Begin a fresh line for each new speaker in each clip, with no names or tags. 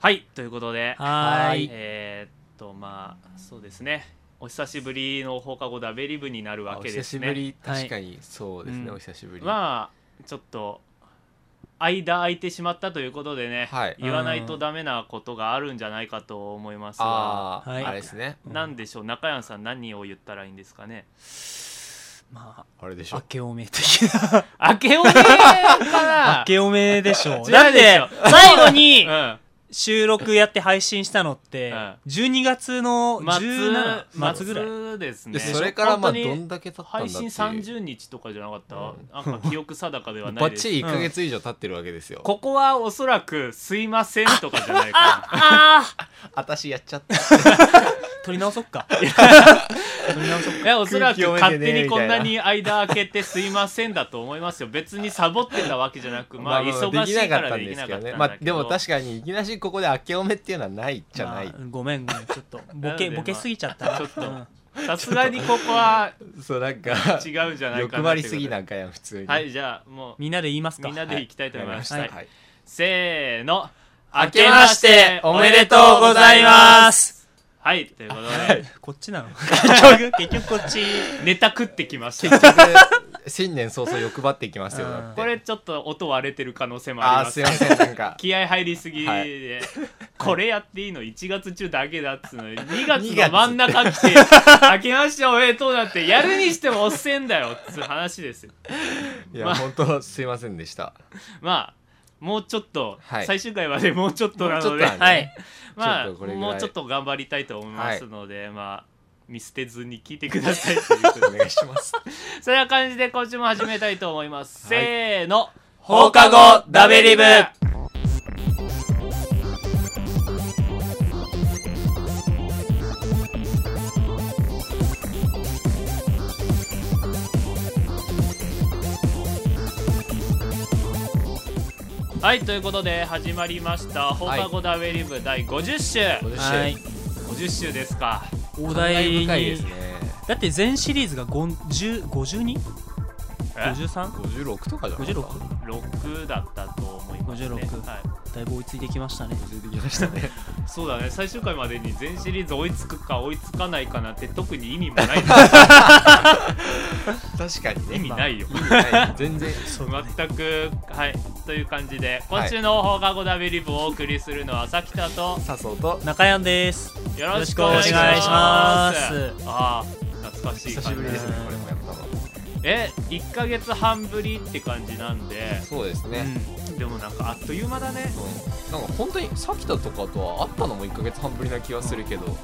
はいということで
はーい
えーっとまあそうですねお久しぶりの放課後ダベリブになるわ
お
けで
久
す
し
ね
ぶり
はい
確かにそうですね
うん
お久しぶり
まあちょっと間空いてしまったということでね、
はい
言わないとダメなことがあるんじゃないかと思いますが
ああ
はい
あれですね
なんでしょう中山さん何を言ったらいいんですかね
まあ
あれでし
明
ょ
けおめ的 な
明けおめかな
明けおめでしょう
違
だ
う
っ
でしてょ
最後 に
うん
収録やって配信したのって
うん
12月の17
末
末ぐらい
末ですね
でそれからまあ
本当
ど
に
んだけ経ったんだ
配
って
信
いう
30日とかじゃなかった、
うん
なんか記憶定かではな
バ
い
ッ
です
チリ1ヶ月以上経ってるわけですよ
ここはおそらく「すいません」とかじゃないかな
私やっちゃった
撮り直そっ か撮り直そっか
いやおそらく
空気読
勝
めてね
手にこんなに間空けて「すいません」だと思いますよ別にサボってたわけじゃなく まあ忙しいからできなかったんだけど
まあでも確かにいきなしここで明けおめっていうのはないじゃない、
まあごめんごめんちょっとボ
なんで
ケ
まあ
ボケすぎちゃったな
ちょっと
うん
さすがにここは
そうなんか
違うんじゃないかなっていうことで
欲張りすぎなんかやん普通に
はいじゃあもう
みんなで言いますか
みんなでいきたいと
わ
思
か
いま
りますし
は
た
い
はい
せーの
明けましておめでとうございます
はいということで、
こっ ちなの結局結局こっち
ネタ食ってきまし
結
た
局新年早々欲張っていきますよ
うん
だって
これちょっと音割れてる可能性もあ
あ
り
ー
ますす
いませんなんか
気合入りすぎで、
は
これやっていいの1月中だけだっつうのに2月
2
の
月
真ん中来て「 明けましておめでとう」なんてやるにしてもおっせんだよっつう話ですよ
い や、
まあ
本当すいませんでした
まあもうちょっと、
はい
最終回まで もうちょっとなので
もうちょっとなんで
はい
まあ
ちょっとこれぐらい
もうちょっと頑張りたいと思いますので、まあ見捨てずに聞いてくださいということで
お願いします
そんな感じで今週も始めたいと思います、
はい
せーの
放課後ダベリブ
はいということで始まりました放課後ダベリブ第50週、
今年
はい
50週ですか
お
感
題
慨
に
深いですね
だって全シリーズが 52?53?56
え
56とかじゃなかった
6だったと思いますね
56
はい、
だいぶ追いついてきましたね
出てきましたね
そうだね最終回までに全シリーズ追いつくか追いつかないかなんて特に意味も ない
確かにね
意味ないよ
意味ない全然
そうだね
全くはいという感じで今週の放課後ダベリブをお送りするのはさきたと
さそうと
中山です
よ
ろ
ろ
し
し
く
く
お
お
願
願
い
い
し
しま
ま
すすああ懐かしい
久
感じ
しぶりですねこれもやったの
え1ヶ月半ぶりって感じなんで
そうですね、
でもなんかあっという間だね
うんなんか本当にさきたとかとは会ったのも1ヶ月半ぶりな気がするけど、
うん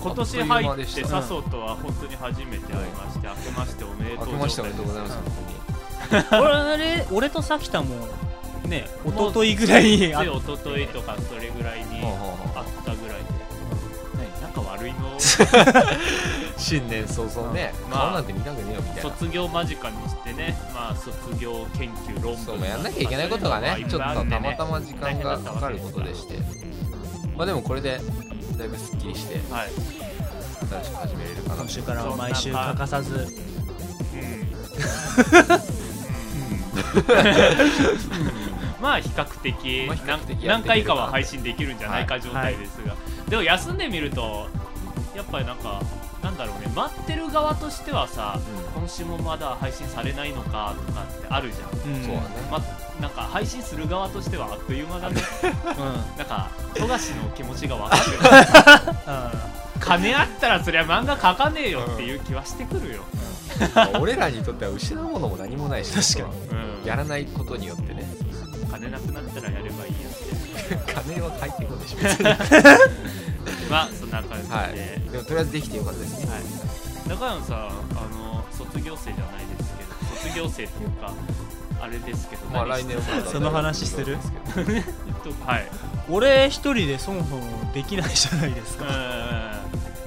今年
あっという間
入
で
っ
してた
笹生とは本当に初めて会いまして明けましておめでとう
明けましておめでとうござい
ま
ます
うん
本
俺俺とさきたもね 一昨日ぐらいにあ
つい一昨日とかそれぐらいに
当に、はあは
あ
あは
ったぐらいで
何
なんか悪いの
あ新年早々ね、
うん
顔なんて見たくねえよみたいな、
卒業間近にしてねまあ卒業研究論文だとか
そうまあやんなきゃいけないことがね
いっぱ
ちょ
い
っと
あ
た
んで
ま
ね
たま時間がかかることでしてまあでもこれでだいぶすっきりして
はい
新しく始めれるかな
今週からは毎週欠かさず
まあ比較的
まあ比較的
何
や
何
ってみ
回
るか
か
な
は配信できるんじゃないか
はい
状態ですが、でも休んでみるとやっぱりなんかなんだろうね待ってる側としてはさ今週もまだ配信されないのかとかってあるじゃ
うんそうだね、
ん、ま、なんか配信する側としてはあっという間だ ねなんか富樫の気持ちが分かるよね金あったらそりゃ漫画描かねえよっていう気はしてくるよ、
まあ俺らにとっては失うものも何もないし
確か
うん、
やらないことによってね
金なくなったらやればいいやって
金は返ってこない でしょ
まあそんな感じで、
はいでもとりあえずできてよかったですね、
はい中山さんあの卒業生じゃないですけど卒業生っていうかあれですけど、
まあ
何
来
して
年はまだ
その話する
はい
俺一人でそもそもできないじゃないです
う
か
ん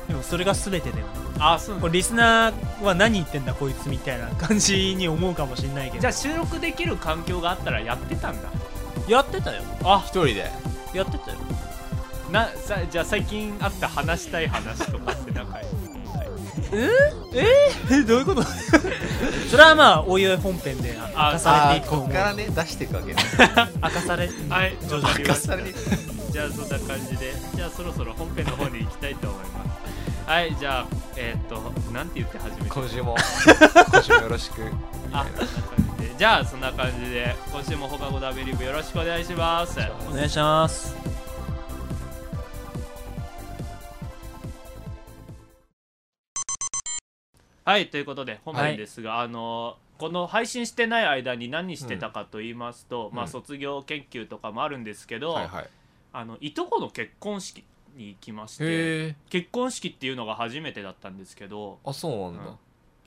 でもそれが全てだよね
あそうなん
こ
だ
れリスナーは何言ってんだこいつみたいな感じに思うかもしんないけ
じゃ
ど
あ収録できる環境があったらやってたんだ
やってたよ
あ一人で
やってたよ
なさじゃあ最近あった話したい話とかってなんか
え どういうことそれはまあおいおい本編で明かされていくと
こ
思う
っからね出していくわけね
明かされ
はい
徐
わ
々
か
に
り
明
ま
か
し
さ
た
れ
じゃあそんな感じでじゃあそろそろ本編の方に行きたいと思いますはいじゃあえーっとなんて言って始めた
今週も今週もよろしくみた
あ
いな
そんな感じでじゃあそんな感じで今週も放課後ダブリブよろしくお願いします
お願いします
はいということで本編ですが、あのこの配信してない間に何してたかと言いますと、
うん
まあ
うん
卒業研究とかもあるんですけど、
はいはい
あのいとこの結婚式に行きまして
へえ
結婚式っていうのが初めてだったんですけど
あそうなん
う
だ
ん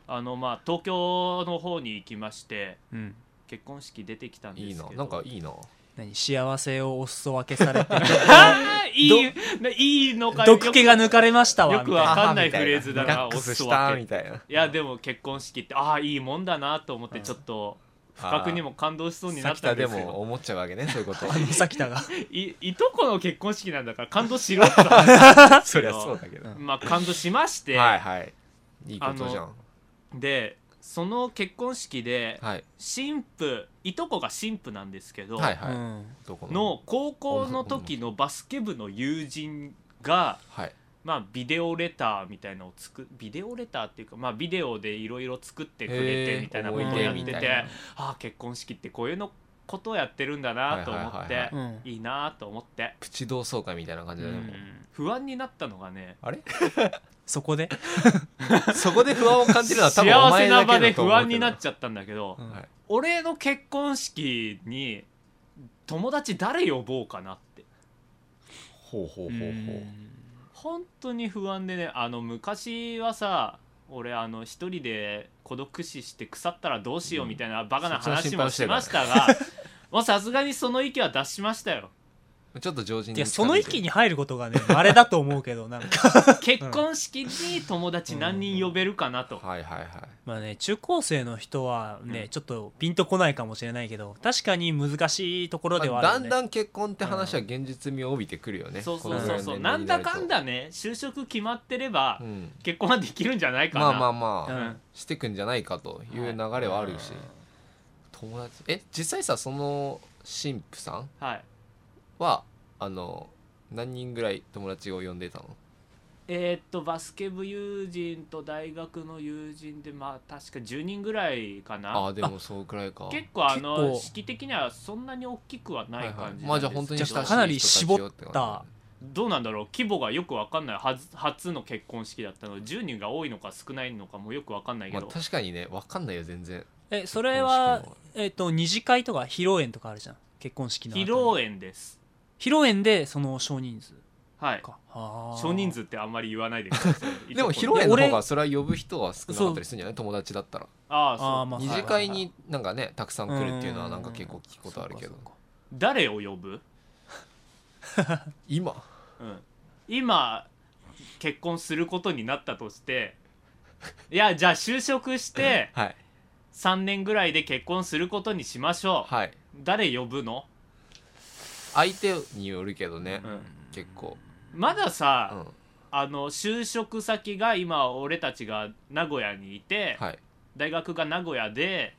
あのまあ東京の方に行きまして
うん
結婚式出てきたんですけど
いいななん かいいな
何幸せをお裾分けさ れて
あーいいないいのかよ
毒気が抜かれましたわ
よく
みたいな
わかんないフレーズだな
リラックスし
お裾
た
分け
みたいない
やでも結婚式ってああいいもんだなと思ってちょっと不覚にも感動しそうにな
さ
っ
き
た
た
んで
です
よ
も思っちゃうわけねそういう こと
さきたが
いいとこの結婚式なんだから感動しろって 話なんです
そ
け
り
ど
ゃそうだけど
う
まあ感動しまして、
はいはいいいことじゃん
でその結婚式で
はい
新婦いとこが新婦なんですけど、
はいうは
ん
いどこ
の高校の時のバスケ部の友人が、
はい
まあ、ビデオレターみたいのを作ビデオレターっていうか、まあ、ビデオでいろいろ作ってくれ
へ
て
ー
みたいなことをやって
思い出
て
みたいな
ああ結婚式ってこういうのことをやってるんだなと思
は
っ
いはいはい
て
う
うん
いいなと思って、
プチ同窓会みたいな感じだねもう
不安になったのがね
あれ
そこで
そこで不安を感じるのは多分お
幸せ
前
な
だ
場
け
で
だと
不
思う
安になっちゃったんだけど、
うん
はい
俺の結婚式に友達誰呼ぼうかなって
ほうほうほうほう
本当に不安でねあの昔はさ俺あの一人で孤独死して腐ったらどうしようみたいなバカな話もしましたが、 もうさすがにその意見は出しましたよ
ちょっと常人
い
に
や
近
そ
づ
の
いて
域に入ることが ねあれだと思うけどなんか
結婚式に友達何人呼べるかなと、
はいはいはい
まあね中高生の人は
う
ね、
ん
ちょっとピンとこないかもしれないけど確かに難しいところで
ま
は
あ
あ
だ
る
ん
よね、
だん結婚って話は現実味を帯びてくるよね
そうそうそうそう
このぐらいの年齢に
なんだかん
なる
だね就職決まってれば、
とうん
結婚はできるんじゃないかな
まあまあまあ、
うん
してくんじゃないかという流れはあるし、友達え実際さその新婦さん
はい
はあの何人ぐらい友達を呼んでたの
えーっとバスケ部友人と大学の友人でまあ確か10人ぐらいかな
ああでもそうくらいか
結構あの
結構
式的にはそんなに大きくはない感じ
ま
な
あ
ん
じゃ
で
あ本
す
当
けど
に親しい人た
かなり
ち
絞
よ
って
感じ
た
どうなんだろう規模がよくわかんないはず初の結婚式だったので10人が多いのか少ないのかもよくわかんないけ
まあ
ど、
確かにね分かんないよ全然
えそれは
結婚式
えっ、と二次会とか披露宴とかあるじゃん結婚式の
披
後に
露宴です
披露宴でその少人数
はい
かあー
少人数ってあんまり言わないでください
でも披露
いと
宴
こ
の
俺
方がそれは呼ぶ人は少なかったりするんじゃない友達だったら
にああそう
あーまあ
二
はい
次会になんかねたくさん来るっていうのはなんか結構聞くことあるけど
そうかそうか
誰を呼ぶ、
今
うん、今結婚することになったとしていやじゃあ就職して
はい
3年ぐらいで結婚することにしましょう
はい
誰呼ぶの、
相手によるけどね
うん、
結構
まださ、
うん
あの就職先が今俺たちが名古屋にいて、
はい
大学が名古屋で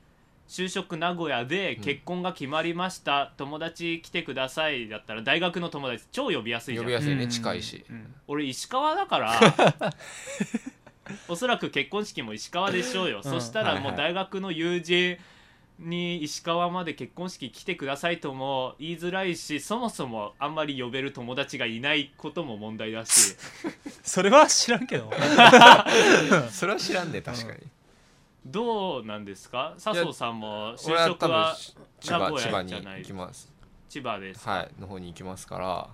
就職名古屋で
うん
結婚が決まりました、友達来てくださいだったら大学の友達超呼びやすいじゃ
呼
ん
びやすいね
うん
近いし
うん
俺石川だから おそらく結婚式も石川でしょうよ、
うん
そしたらも
は
う
いは
大学の友人に石川まで結婚式来てくださいとも言いづらいしそもそもあんまり呼べる友達がいないことも問題だ し
それは知らん けど
それは知らんね確かに
どうなんですか笹生さんも
俺
就
は
職
多分
は
千葉
名古屋
千葉に
じゃない
行きます
千葉です、
はいの方に行きますから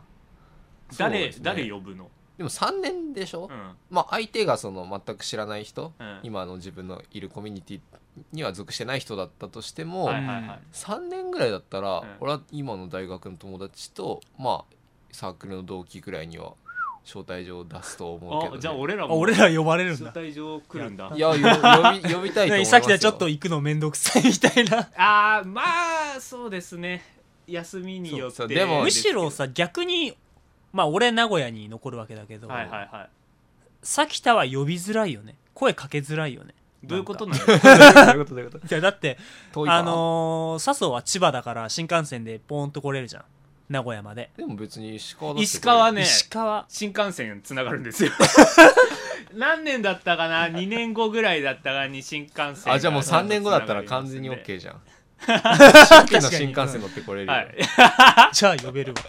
そう
誰
ですね
誰呼ぶの、
でも3年でしょ
うん
まあ相手がその全く知らない人
うん、
今の自分のいるコミュニティには属してない人だったとしても、
はいはいはい
3年ぐらいだったら、
うん
俺は今の大学の友達とまあサークルの同期ぐらいには招待状を出すと思うけど、
あ
ね、
じゃあ俺ら
あ
も
俺ら呼ばれるん
招
だ
待状来るんだ
いやよ 呼び呼びたいと思います
ね
よ
さっきでちょっと行くのめんどくさいみたいな
あーまあそうですね休みによって
そうそうでも
むしろさ逆にまあ俺名古屋に残るわけだけど
はいはいは
さきたは呼びづらいよね声かけづらいよね
いどういうことなの
どういうことどういうこと
いやだって
遠いか
あのー、笹生は千葉だから新幹線でポーンと来れるじゃん名古屋まで
でも別に石川だって
石川ね
石川
新幹線つながるんですよ 何年だったかな2年後ぐらいだったかに新幹線が
あじゃあもう3年後だったら完全に
つながり
OK
ますんで
じゃ ん初期の新幹線乗ってこれるよ、
はい
じゃあ呼べるわ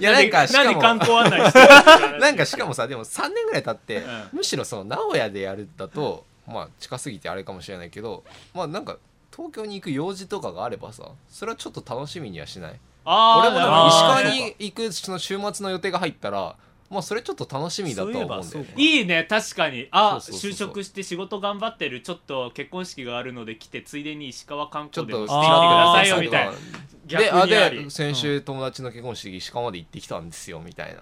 いやなんかしか
何観
も
光案内してるんですか
なんかしかもさでも3年ぐらい経って、
う
むしろその名古屋でやるだとまあ近すぎてあれかもしれないけどまあなんか東京に行く用事とかがあればさそれはちょっと楽しみにはしない
あー
俺もなんか石
あー
川に行くその週末の予定が入ったらまあそれちょっと楽しみだとは思うんだ
そういえばそう
よね
か
いいね確かにあ
そうそうそう
就職して仕事頑張ってるちょっと結婚式があるので来てついでに石川観
ちょっ
光でもして
と
み
みてく
てくだ
だ
さ
さ
い
い
よ
よみたいな逆
であ
にあり
で先週友達の結婚式石川まで行ってきたんですよみたいな、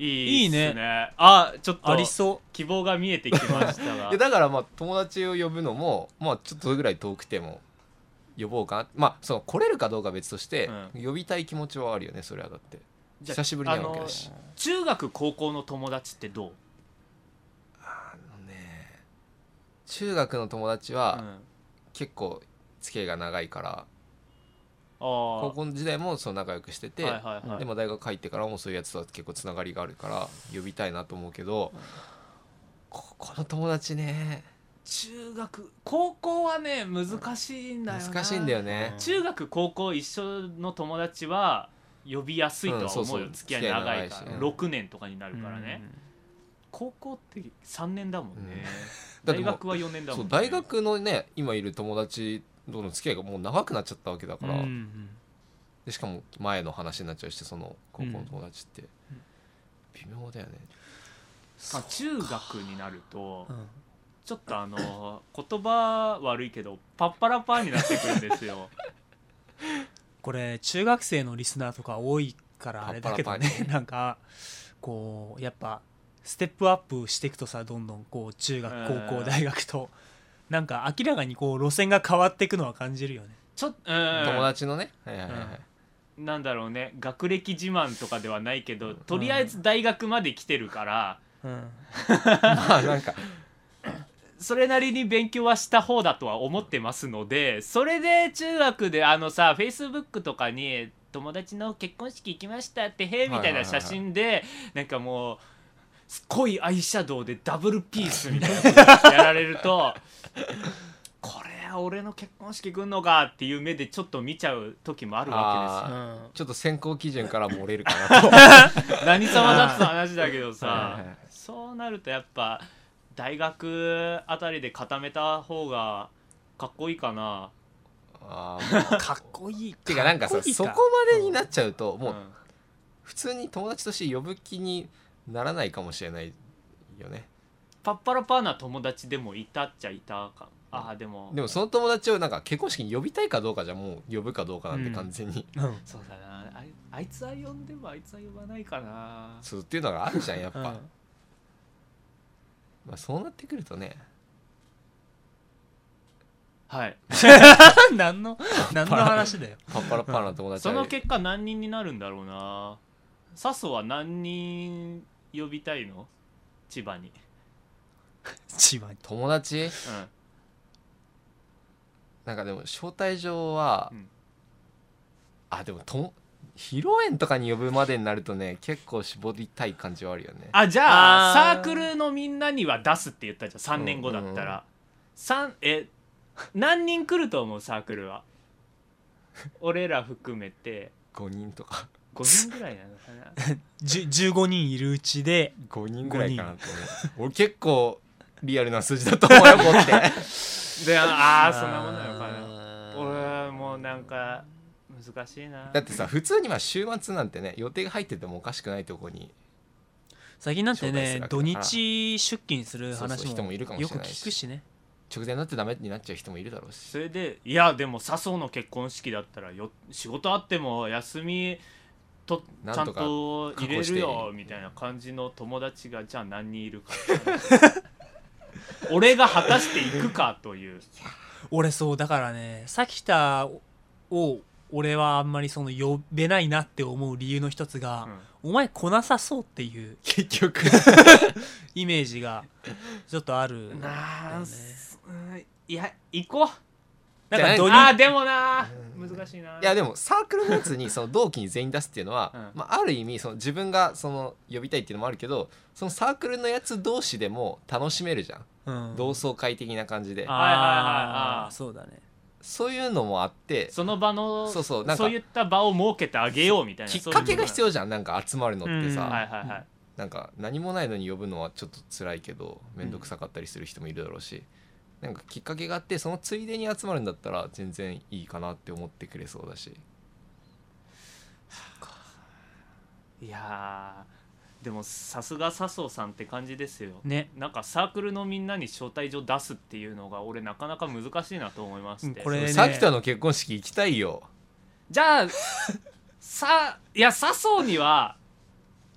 いいっす
いい
ねあちょっ
あり
と
そ
希望が見えてきま したが
でだからまあ友達を呼ぶのもまあちょっとぐらい遠くても呼ぼうかなまあその来れるかどうかは別として、呼びたい気持ちはあるよねそれはだって
じゃあ
久しぶりに会うわけだし
あの中学高校の友達ってどう
あのね中学の友達は
あ
結構付き合いが長いから、
あ
高
ー
校時代もその仲良くしてて、
はいはいはい
でも大学入ってからもそういうやつとは結構つながりがあるから呼びたいなと思うけど、ここの友達ね
中学高校はね難しいんだよな
難しいんだよね
うん
中学高校一緒の友達は呼びやすいとは思うよ、
うんそうそう
付き合い長い
付き合い
か
長い
ら、
し
6年とかにな
う
るからね、高校って3年だもんね、
だって
大
もう
学は4年だも
そ
んね
う大学のね今いる友達との付き合いがもう長くなっちゃったわけだ
う
か
ん
ら、
うん
でしかも前の話になっちゃうしその高校の友達って、
うん
微妙だよね
まあ中学になると
うん
ちょっとあの言葉悪いけどパッパラパーになってくるんですよ
これ中学生のリスナーとか多いからあれだけど
パッパラ
ね なんかこうやっぱステップアップしていくとさどんどんこう中
う
学
ん
高校大学となんか明らかにこう路線が変わっていくのは感じるよね
ちょっと
友達のね、はいはいはいはい
なんだろうね学歴自慢とかではないけどとりあえず大学まで来てるから、
うん
まあなんか
それなりに勉強はした方だとは思ってますのでそれで中学であのさフェイスブックとかに友達の結婚式行きましたってへえみたいな写真で、なんかもう濃いアイシャドウでダブルピースみたいなことやられるとこれ俺の結婚式来んのかっていう目でちょっと見ちゃう時もあるわ
うん
ちょっと選考基準から漏れるかな と
けですよ何様だって話だけど
は
さ
いはいはい
そうなるとやっぱ大学あたりで固めた方がかっこいいかな
あー もう
かっこいい
てかなんかさ
っいい
そこまでになっちゃうともう普通に友達として呼ぶ気にならないかもしれないよね
パッパラパーな友達でもいたっちゃいたかああでも
でもその友達をなんか結婚式に呼びたいかどうかじゃもう呼ぶかどうかなんて完全に、
うん
そうだなあいあいつは呼んでもあいつは呼ばないかな
そうっていうのがあるじゃんやっぱ、
うん
まあ、そうなってくるとね
はい
何の何の話だよ
パッパラッパーな友達
そ
は
の結果何人になるんだろうな笹生は何人呼びたいの千葉に、
千葉に
友達
うん、
なんかでも招待状は、
うん
あでもとも披露宴とかに呼ぶまでになるとね結構絞りたい感じはあるよね
あじゃあ
あー
サークルのみんなには出すって言ったじゃん3年後だったら、三え何人来ると思うサークルは俺ら含めて
5人とか
5人ぐらいなのかな
じゅ15人いるうちで
5人ぐらいかなと思う俺結構リアルな数字だと思うよこって
でああそんなもんなのかな
な
俺もうなんか難しいな
だってさ普通には週末なんてね予定が入っててもおかしくないとこに
最近なんて
招待する
ね土
わけだから
日出勤する
そうそう
話
人
も
もいるかもしれ
よく
ないし
聞くしね
直前になってダメになっちゃう人もいるだろうし
それでいやでも笹生の結婚式だったらよ仕事あっても休みと
なん
ちゃん
とか
と入れる
確保
よ
して
みたいな感じの友達がじゃあ何人いるか俺が果たしていくかという
俺そうだからね咲田を俺はあんまりその呼べないなって思う理由の一つが、お前来なさそうっていう
結局
イメージがちょっとある
うん
だよ
な
ね
んすうんいや行こう
なん
じゃな
か
い
どう
あ
い
ーでもな難しいない
やでもサークルのやつにその同期に全員出すっていうのは、
うん
まあ、ある意味その自分がその呼びたいっていうのもあるけどそのサークルのやつ同士でも楽しめるじゃん、
うん
同窓会的な感じで
あー
はいはいはいあー
そうだね
そういうのもあって
その場の
そうそうなんか
いった場を設けてあげようみたいな
きっかけが必
要
要じゃんなんか集まるのってさ、
うん
はいはいはい
なんか何もないのに呼ぶのはちょっと辛いけど面倒くさかったりする人もいるだろうし、なんかきっかけがあってそのついでに集まるんだったら全然いいかなって思ってくれそうだし
いやーでもさすが笹生さんって感じですよ、
ね
なんかサークルのみんなに招待状出すっていうのが俺なかなか難しいなと思いまして、
うんこれね
さきたの結婚式行きたいよ
じゃあさいや笹生には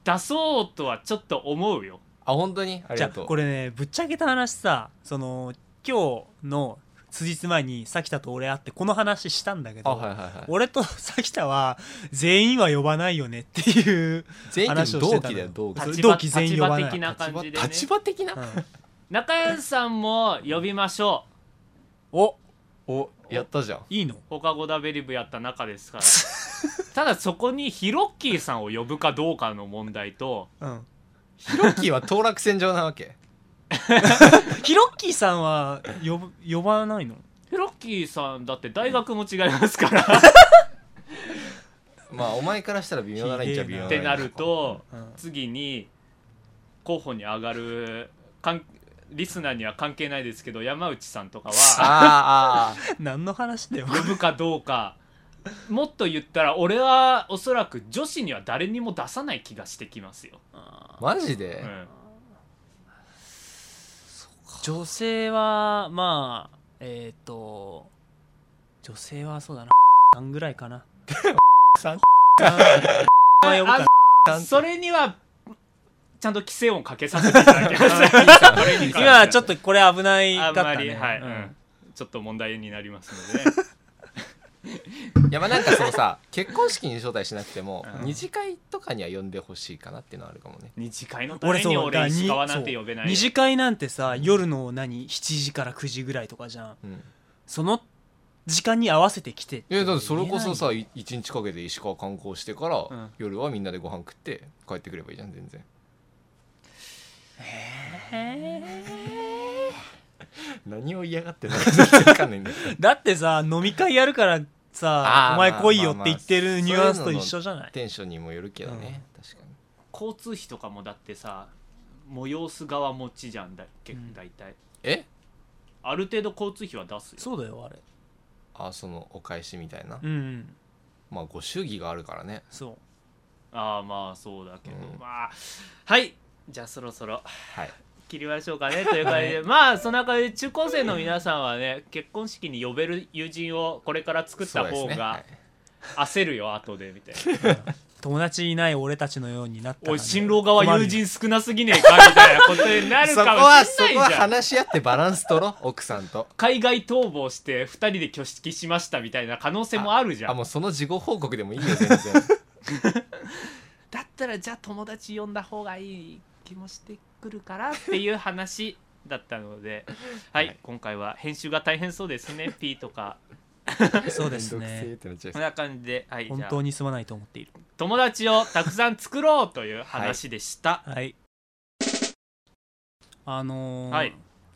出そうとはちょっと思うよ
あ本当にあり
じ
が
ゃあ
とう
これねぶっちゃけた話さその今日の数日前にさきたと俺会ってこの話したんだけど、
あはいはいはい
俺とさきたは全員は呼ばないよねっていう、
全員同
話をしてたの
期だよ同期
それ
立場
同期全員
立
呼ば
場
ない
的な感じで、ね、
立場的な、
中谷さんも呼びましょう
お
おやったじゃん
いいの
放課後ダベリブやった中です からただそこにヒロッキーさんを呼ぶかどうかの問題と
うん
ヒロッキーは当落線上なわけ
ヒロッキーさんは呼ぶ呼ばないの
ヒロッキーさんだって大学も違いますから
まあお前からしたら微妙なラインじゃ
ひ
微
でえ
妙
な
っ
な
て
ライン
なると
うん
次に候補に上がるかんリスナーには関係ないですけど山内さんとかは
あーあ
何の話だよ
呼ぶかどうかもっと言ったら俺はおそらく女子には誰にも出さない気がしてきますよ、
ーマジで、
うん、
女性はまあえっ、と女性はそうだなさんぐらいかな
さん
さんは呼ぶかな
それにはちゃんと規制音かけさせていただきます
今はちょっとこれ危ないか
あ
っ
ん
た
まり、
ね
はい、
う
うんん、ちょっと問題になりますので、 ね、
いやまあなんかそのさ結婚式に招待しなくても、
うん
二次会とかには呼んでほしいかなっていうのはあるかもね
二次会のた
俺
め
そう
に
だから
俺石川なん
に
て
そう
呼べないよ
二次会なんてさ夜の何7時から9時ぐらいとかじゃん
うん
その時間に合わせてきて
いやだってそれこそさい一日かけて石川観光してから、
うん
夜はみんなでご飯食って帰ってくればいいじゃん全然何を嫌がってんのか全 然わかんないんだけど
だってさ飲み会やるからさ
あー
お前来いよって言ってるニュアンスと一緒じゃない
テンションにもよるけどね、確かに
交通費とかもだってさ催す側持ちじゃんだっけ、
うん
大体
え
ある程度交通費は出すよ
そうだよあれ
あそのお返しみたいな、
うんうん
まあご祝儀があるからね
そ
ああまあそうだけど、
うん
まあはいじゃあそろそろ
はい
切りましょうかねという感じでまあその中で中高生の皆さんはね結婚式に呼べる友人をこれから作った
そう
方
ですねは
が
い
焦るよ後でみ たいな
う友達いない俺たちのようになったら
おい
ね
新郎側友人少なすぎねえかみたいなことになる
そこ
か
は
も
そ
しれ
こ
な
はい
じゃん
話し合ってバランス取ろう奥さんと
海外逃亡して2人で挙式しましたみたいな可能性もあるじゃ
あ
ん
もうその事後報告でもいいよ全 然
だったらじゃあ友達呼んだ方がいい気もしてくるからっていう話だったので はい、
はい
今回は編集が大変そうですね P とか
そうです
めんどくせえっ
ね
てなっちゃい
こ
そ
ん
う
な感じで、はい、じ
本
ゃあ
当にすまないと思っている
友達をたくさん作ろうという話でした、
はいあのー
はい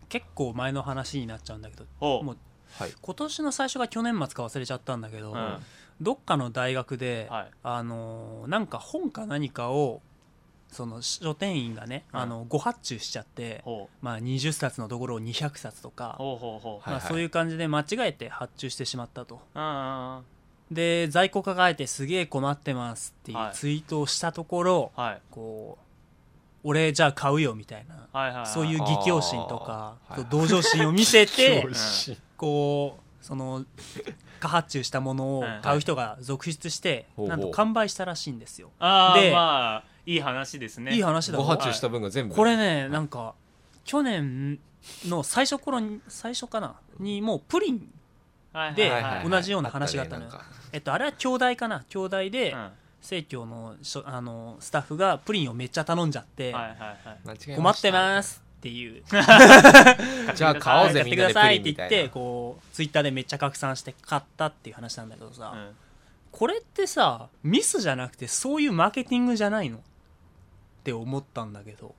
結構前の話になっちゃうんだけど
ほう
もう
はい
今年の最初が去年末か忘れちゃったんだけど、
うんは
どっかの大学で、
い
あのーなんか本か何かをその書店員がね、
うん
あのご発注しちゃって、
ほう
まあ、20冊のところを200冊とか、
ほうほうほう
はい
まあ、
はい
そういう感じで間違えて発注してしまったと、
うんうんうん
で在庫抱えてすげえ困ってますっていう
はい
ツイートをしたところ、
はい
こう俺じゃあ買うよみたいな、
はいはいはい
そういう義教心とか、
あー
そう同情心を見せて
美味しい
こうその過発注したものを買う人が続出して、
はい
なん
ほ
と
うほう
完売したらしいんですよ
ああ
で
まあいい話ですね
いい話だ
ご
ろ
発注した分が全部
これねなんか去年の最初頃に最初かなにもうプリン、
はい
で
はいはいはい
同じような話があったのよえっと、あれは兄弟かな兄弟で
うん
生協のしょあのスタッフがプリンをめっちゃ頼んじゃって、
はいはいはい
困
困ってますっ ていう
じゃあ買お
買
うぜ
っ
み
て
ん
くだ
なでプ
さい
リ
って言
ンみた
っ
い
て
な
こうツイッターでめっちゃ拡散して買ったっていう話なんだけどさ、
うん
これってさミスじゃなくてそういうマーケティングじゃないのって思ったんだけど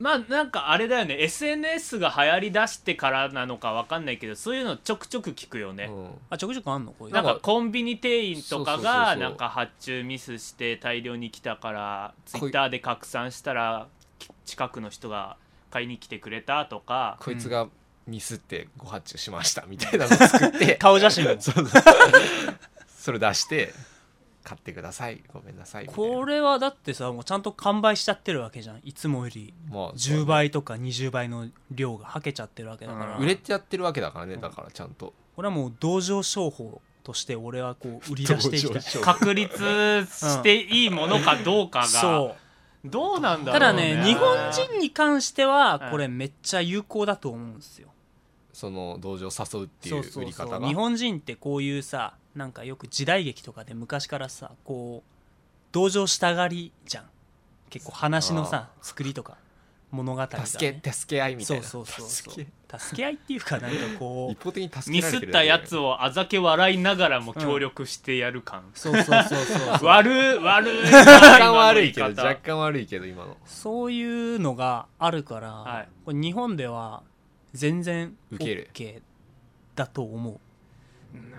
まあなんかあれだよね SNS が流行りだしてからなのかわかんないけどそういうのちょくちょく聞くよね、
うん
あちょくちょくあんのこういう
な
の
んかコンビニ店員とかが
そうそうそうそう
なんか発注ミスして大量に来たからツイッターで拡散したらき近くの人が買いに来てくれたとか
こいつがミスってご発注しましたみたいなのを作っ て
顔写真も
そうそうそれ出して買ってくださいごめんなさいみたいな
これはだってさもうちゃんと完売しちゃってるわけじゃんいつもより
まあ
10倍とか20倍の量がはけちゃってるわけだから、
うん
売れちゃってるわけだからねだからちゃんと
これはもう同情商法として俺はこう売り出していきた
同情
い
商法
確立していいものかどうかが
そう
どうなんだろ
た
うね
だね日本人に関してはこれめっちゃ有効だと思うんですよ
その同情を誘うってい
そううそ
売
う
り
そ
方
う
が
日本人ってこういうさなんかよく時代劇とかで昔からさこう同情したがりじゃん結構話のさ作りとか物語が、ね、
助け助け合いみた
そう
いな
そうそうそ
助
う
け
助け合いっていうかなんかこ
一方的に助
ミ
けら
ス
れ
って
る
たやつ
を
をあざけ笑いながらも協力してやる感、
うそうそうそうそう そう
悪い悪い
若干悪いけど
今の言い方
若干悪いけど今の
そういうのがあるから、
はい
これ日本では全然
受ける
OK だと思う
うーん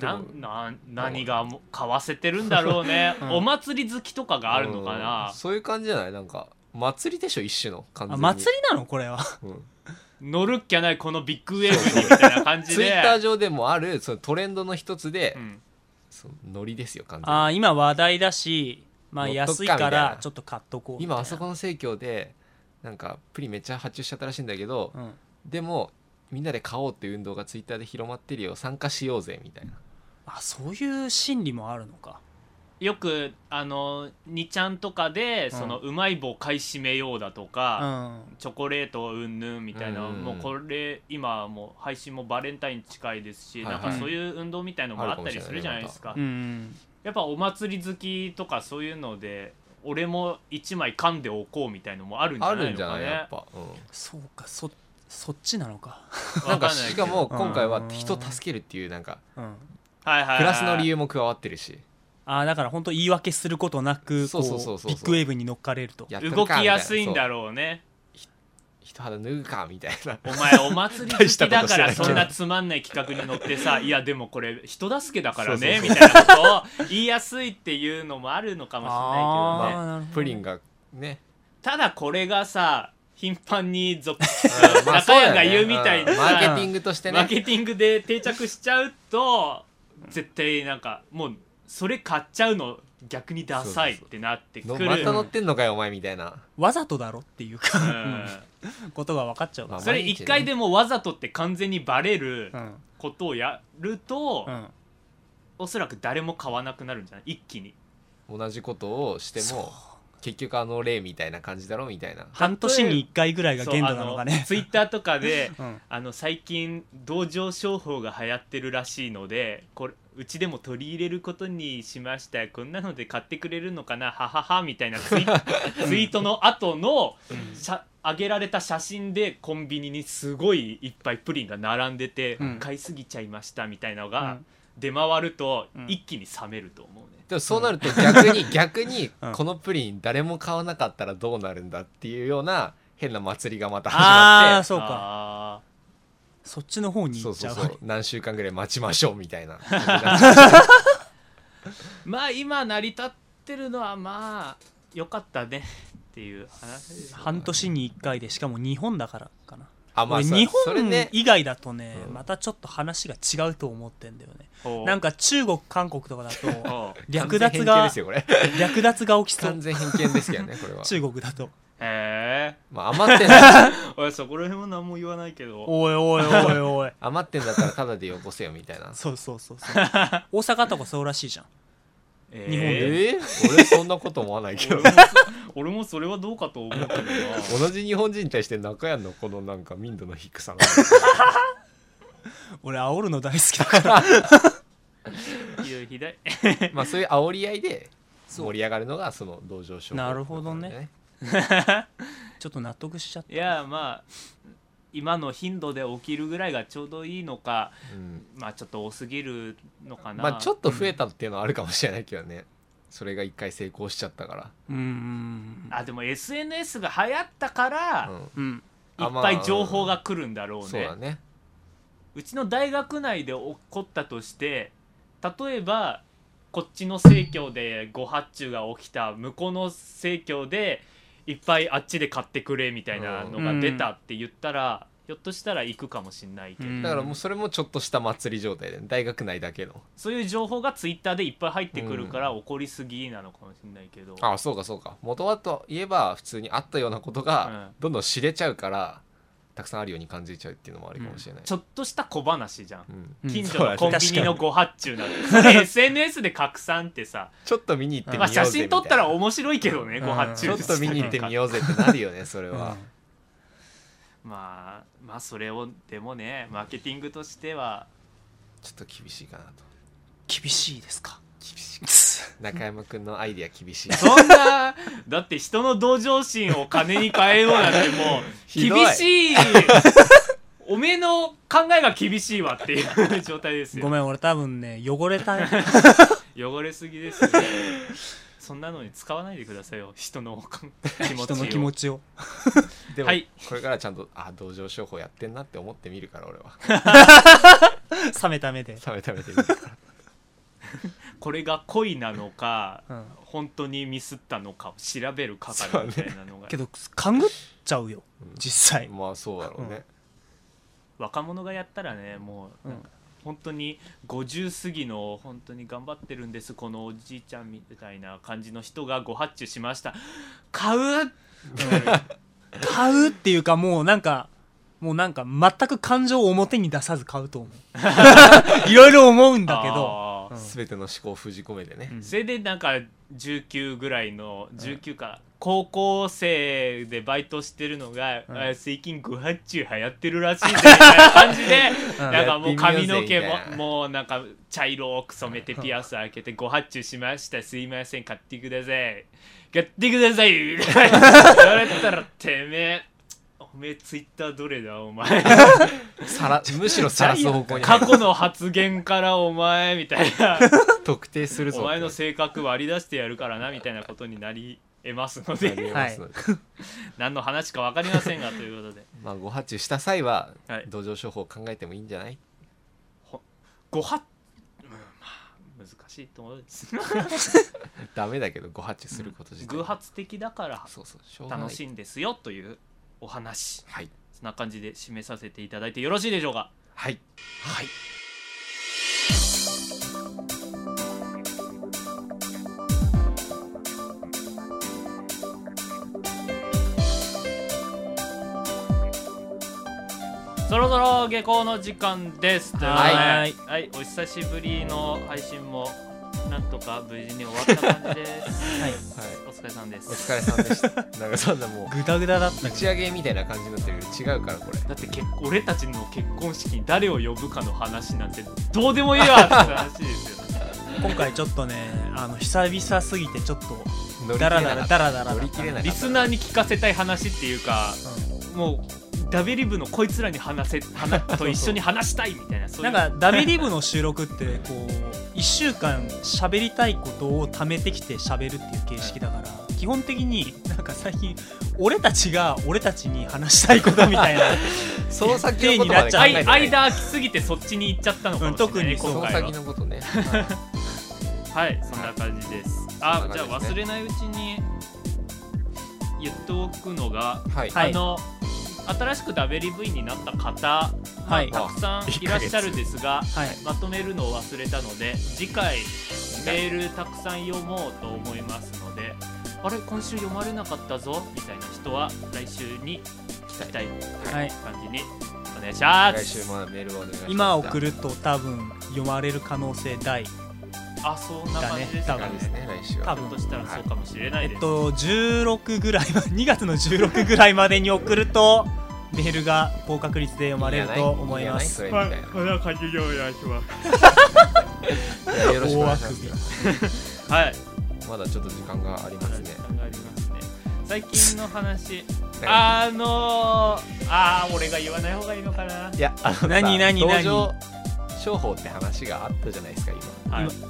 なんなん何がも買わせてるんだろう ね、
うん
お祭り好きとかがあるのかな
うん、そういう感じじゃないなんか祭りでしょ一種の完全
あ
に
祭りなのこれ は
り、うん
乗るっきゃないこのビッグウェーブにみたいな感じで
ツイッター上でもあるそのトレンドの一つで、
うん
そのノリですよ完全に
あー今話題だし、まあ、
乗っとくか
安いか
みたい
ら
な
ちょっと買っとこうみたい
今
な
あそこの生協でなんかプリンめっちゃ発注しちゃったらしいんだけど、
うん、
でもみんなで買おうっていう運動がツイッターで広まってるよ参加しようぜみたいな
あそういう心理もあるのか
よくあの2ちゃんとかで、
うん
そのうまい棒買い占めようだと
う
か、
ん
チョコレートうんぬんみたいな、
うん
もうこれ今もう配信もバレンタイン近いですし、
はいはい
なんかそういう運動みたいのもあったりするじゃないですか
うん
やっぱお祭り好きとかそういうので俺も一枚噛んでおこうみたいのもあるんじ
あ
ゃな
る
い
ん
の
じゃ
か
ないやっ
ね
ぱ、うん
そうかそそっちなのか、
なんか
わい
し
けど
かも今回は
うん
人を助けるっていうなんか
うん、
はいはいはい
プラスの理由も加わってるし
あーだから本当言い訳することなくこ
そうそうそうそう
ビッグウェーブに乗っかれると
やってるか
動
みた
きやすいんだ
ろ
ろうね
人肌脱ぐかみたいな
お前お祭り好
大し
き
た
だか
ことしてな
ら
いけど
そんなつまんない企画に乗ってさいやでもこれ人助けだからね
そ
み
うそう
たいなことを言いやすいっていうのもあるのかもしれないけどね
ーなるほどね
プリンがね
ただこれがさ頻繁に続
うんまあ
中谷が言うみたいに
そうだよねうんマー
さ
ケティングとして
マー
ね
ケティングで定着しちゃうと絶対なんかもうそれ買っちゃうの逆にダサいってなってく
の
る
また乗ってんのかよお前みたいな
わざとだろっていう
う
か、
ん
ことが分かっちゃうから
まあ
それ一回でもわざとって完全にバレる
うん
ことをやると、
うん
おそらく誰も買わなくなるんじゃない一気に
同じことをしても結局あの例みたいな感じだろみたいな
半年に1回ぐらいが限度なのか ね
ツイッターとかで
うん
あの最近同情商法が流行ってるらしいのでこれうちでも取り入れることにしましたこんなので買ってくれるのかなはははみたいな ツイツイートの後の写上げられた写真でコンビニにすごいいっぱいプリンが並んでて、
うん
買いすぎちゃいましたみたいなのが
うん
出回ると、
うん
一気に冷めると思うね。
でもそうなると逆に、逆に
うん
このプリン誰も買わなかったらどうなるんだっていうような変な祭りがまた始
あ
ま
あ
って
そうか
あ
そっちの方に行
そう
っち
そ
ゃ
う
う
そう何週間ぐらい待ちましょうみた いな
ーまあ今成り立ってるのはまあ良かったねっていう話
半年に1回でしかも日本だからかな
あまあ
俺
そ
日
それ
本
ね
以外だとね
うん
またちょっと話が違うと思ってんだよねなん
か
か中国韓国とかだと略奪
完全偏見
が
ですよこれ
略奪が起きそう
完全偏見ですけどねこれ は
中国だと
へ
まあ余ってんだ
え俺そこら辺は何も言わないけど
おいおいおいおい
余ってんだったらただでよこせよみたいな
そうそうそうそう大阪とかそうらしいじゃん
え
日本で
えー俺そんなこと思わない けど
俺も俺もそれはどうかと思うけどな
同じ日本人に対して中谷のこのなんか民度の低さが
俺煽るの大好きだから
ひどいひどい
まあそういう煽り合いで盛り上がるのがその同情症
なるほどね ちょっと納得しちゃった
いやまあ今の頻度で起きるぐらいがちょうどいいのか
うん
まあちょっと多すぎるのかな、
まあちょっと増えたっていうのはあるかもしれないけどね、それが一回成功しちゃったか
うんうん
あでも SNS が流行ったから、
ら、
いっ
うんうん
あまあ
ぱい情報が来るんだろうね,、う
そうだね
ちの大学内で起こったとして例えばこっちの生協で誤発注が起きた向こうの生協でいっぱいあっちで買ってくれみたいなのが出たって言ったら、ひょっとしたら行くかもしんないけど、
うん
だからもうそれもちょっとした祭り状態で大学内だけの
そういう情報がツイッターでいっぱい入ってくるから起こりすぎなのかもしんないけど、
あそうかそうか元はといえば普通にあったようなことが
うん
どんどん知れちゃうからたくさんあるように感じちゃうっていうのもあるかもしれない、
ちょっとした小話じゃん
うん
うん
近
そう
所
だ
の
ね
コンビニのご発注なの、で SNS で拡散ってさ、
ちょっと見に行ってみ
ま
よ
あ、写
うぜみたい
真
な
撮ったら面白いけどね、
うん
ご発
ち
注
ょっと見に行ってみ
よ
ようぜってなるよねそれ
うん
は、
うまあまあそれをでもねマーケティングとしては
ちょっと厳しいかなと
厳しいですか
厳しい中山君のアイディア厳 しい
そん なだって人の同情心を金に変えようなんてもう
ひどい
厳しいおめえの考えが厳しいわっていう状態ですよ
ごめん俺多分ね汚れた
汚れすぎですよそんなのに使わないでくださいよ人の感気持ち
人
を
の気持ちを
でも、
はい
これからちゃんとあ同情商法やってんなって思ってみるから俺は
冷めた目で、
冷めた目で見るから
これが恋なのか
うん、
本当にミスったのかを調べる係みたいなのが、
けど勘ぐっちゃうよ
うん
実際
まあそうだろうね、
若者がやったらねもう、
うん
本当に50過ぎの本当に頑張ってるんですこのおじいちゃんみたいな感じの人がご発注しました買う
買うっていうかもうなんかもうなんか全く感情を表に出さず買うと思ういろいろ思うんだけど
あー
うん
全ての思考を封じ込めてね、
うん
それでなんか19ぐらいの19か、高校生でバイトしてるのが、
うん
あ最近ご発注流行ってるらしいぜみたいな感じ で、
うん
なんかもう髪の毛
やってみようぜみたい
も
な
もうなんか茶色く染めてピアス開けてご発注しましたすいません買ってください買ってくださいみたいな言われたらてめえおめえツイッターどれだお 前
さらむしろさらす方向に
過去の発言からお前みたいな
特定するぞ
お前の性格割り出してやるからなみたいなことになり得ますの
ってな
で
りますので
何の話か分かりませんがということで
まあご発注した際は
はい
同情処方を考えてもいいんじゃない
ごは、うんまあ、難しいと思うんです
ダメだけどご発注すること自体
偶発的だから
そうそうしょうがない
楽しいんですよというお話
はい
そんな感じで締めさせていただいてよろしいでしょうか
はいはい
そろそろ下校の時間ですということで
は
はいい、お久しぶりの配信もなんとか無事に終わった感じです
はい
お疲れさんで
お
す
疲れさんでしたなんかそんなも
グダグダだっ
う
た
打ち上げみたいな感じになってるけど違うからこれ
だって結俺たちの結婚式に誰を呼ぶかの話なんてどうでもいいわって話ですよ
今回ちょっとねあの久々すぎてちょっと
乗り切
ダ
れ
ラ
な
ダ
か
ラダ
った
ラダラ
乗り切れない
リスナーに聞かせたい話っていうか
う
もうダベリブのこいつらに話せ話 と一緒に話したいみたいなそ
ん
うい
な
うん
かダメリブの収録ってこう1週間喋りたいことを貯めてきて喋るっていう形式だから、 基本的になんか最近俺たちが俺たちに話したいことみ たいな
その先のことまで考
あ
え
い
てない
間空きすぎてそっちに行っちゃったのかもしれない、ね
うん特に
そ
今
の
回は
先のことね
はいそんな感じです、
そ
あ
んな
じゃあ
感じ
忘
ですね
れないうちに言っておくのが、
はい
はい
あの新しくダベリブになった方、
はい
たくさんいらっしゃるんですが
はい
まとめるのを忘れたので次回メールたくさん読もうと思いますのであれ今週読まれなかったぞみたいな人は来週に聞きたい
はい
感じにお願いしま
来週
す、
まだメールをお願いします
今送ると多分読まれる可能性大
あそんな感じです
だ
か
ね
ね
感じですね来週
多
は
ひょ
分
っとしたらそうかもしれない
え
で
っ
す、
と16ぐらいま 2月の16ぐらいまでに送るとメールが高確率で読まれると思います
んじゃないそれみ
な感じでお願いします
たいなよろしくお願
大あ
いしま
くび
す
はい
まだちょっと時間がありますね。
時間がありますね最近の話あのー、ああ俺が言わない方がいいのかな、はい
やあのさ
何何何
登場商法って話があったじゃないですか今
い、
今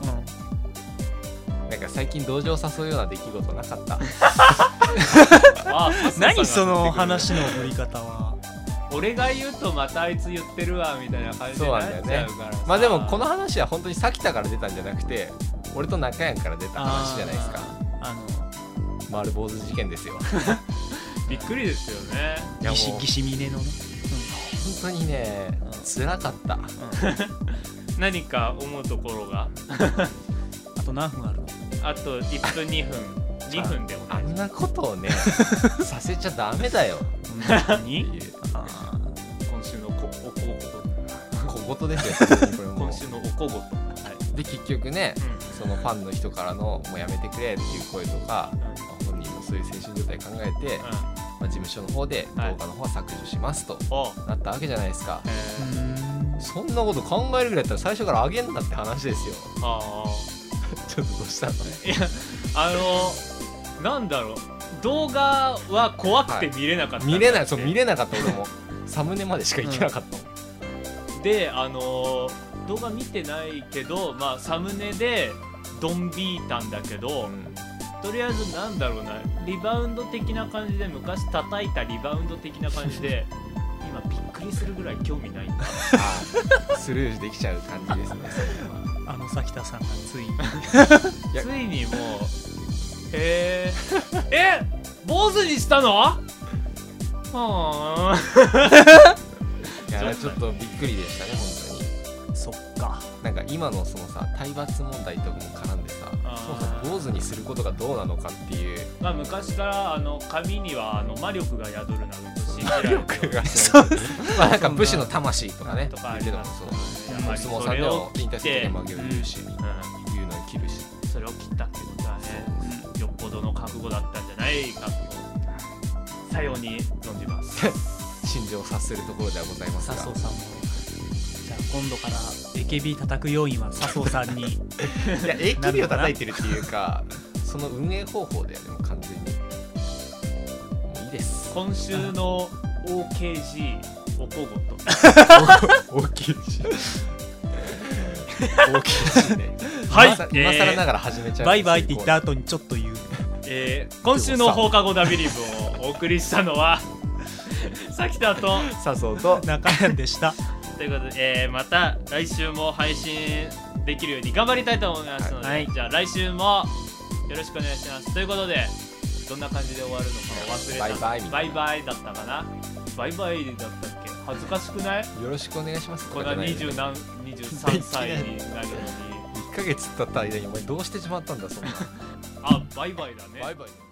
うん
なんか最近同情を誘うような出来事なかった
あー
何その話の振り方は
俺が言うとまたあいつ言ってるわみたいな感じになっちゃうからさ
まあでもこの話は本当にさきたから出たんじゃなくて俺と中山から出た話じゃないですか
あの
丸坊主事件ですよ
びっくりですよね
い
ギ
やもう
シギシミネのね、
本当にね
ん
辛かった
うんうん
何か思うところが
あと何分あるの
あと1分2分2分でも
あんなことをねさせちゃダメだよ
本当
って
に
いう
あー
今週のこおこ
小言ですよこれ
ごと
も
今週のおこごとはい、
で結局ね
うん
そのファンの人からの「もうやめてくれ」っていう声とか
うん
本人もそういう精神状態考えて、ま
う
あ、事務所の方で動
はい
画の方は削除しますと
ん、お
なったわけじゃないですか、
え
う
ー、
ーん
そんなこと考えるぐらいだったら最初からあげんなって話ですよ
ああ
ちょっとどうしたのね
いやあのなんだろう動画は怖くて見れなかったんだって、
見れないそう見れなかった俺もサムネまでしかいけなかったもん、
であの動画見てないけどまあサムネでドンビーたんだけど、とりあえずなんだろうなリバウンド的な感じで昔叩いたリバウンド的な感じ で今びっくりするぐらい興味ないんだ
あスルーできちゃう感じで すねそれは
あのさきたさんがついに
いや
ついにもうへ ええ坊主にしたのはあ
いやちょっとびっくりでしたね本
そっか
当になんか今のそのさ体罰問題とかも絡んでさ
あー
そもそも坊主にすることがどうなのかっていう
まあ昔からあの髪にはあの魔力が宿るなどと信じられるように
が
そう
まあなんか武士の魂とかね
とかあ
言って
り
たも
ま
ん
す
そう
やっぱ
お
り
相撲
そ
さん
れ
で
を
も
切
引
っ
退して
て、
曲げを言うし
う
言うのを切るし
ん、それを切ったってことはねよっぽどの覚悟だったんじゃないかとさように存じます
心情を察するところではございますが
笹生さんもじゃあ今度から AKB 叩く要員は笹生さ んに
いや AKB を叩いてるっていうかその運営方法ではでも完全にもういい です
今週の OKG おこごと
大きいし大きいし ね
はい
今さ今更ながら始めちゃう
バイバイって言った後にちょっと言う
えー今週の放課後ダビリブをお送りしたのは さきたと
笹生と
中山でした
ということで、えーまた来週も配信できるように頑張りたいと思いますので、
はい
じゃあ来週もよろしくお願いしますということでどんな感じで終わるのか忘れた
バイバイみたいな
バイバイだったかなバイバイだったっけ恥ずかしくない
よろしくお願いします
こんな20何23歳になるのに
1ヶ月経った間にお前どうしてしまったんだそんな
あバイバイだね
バイバイ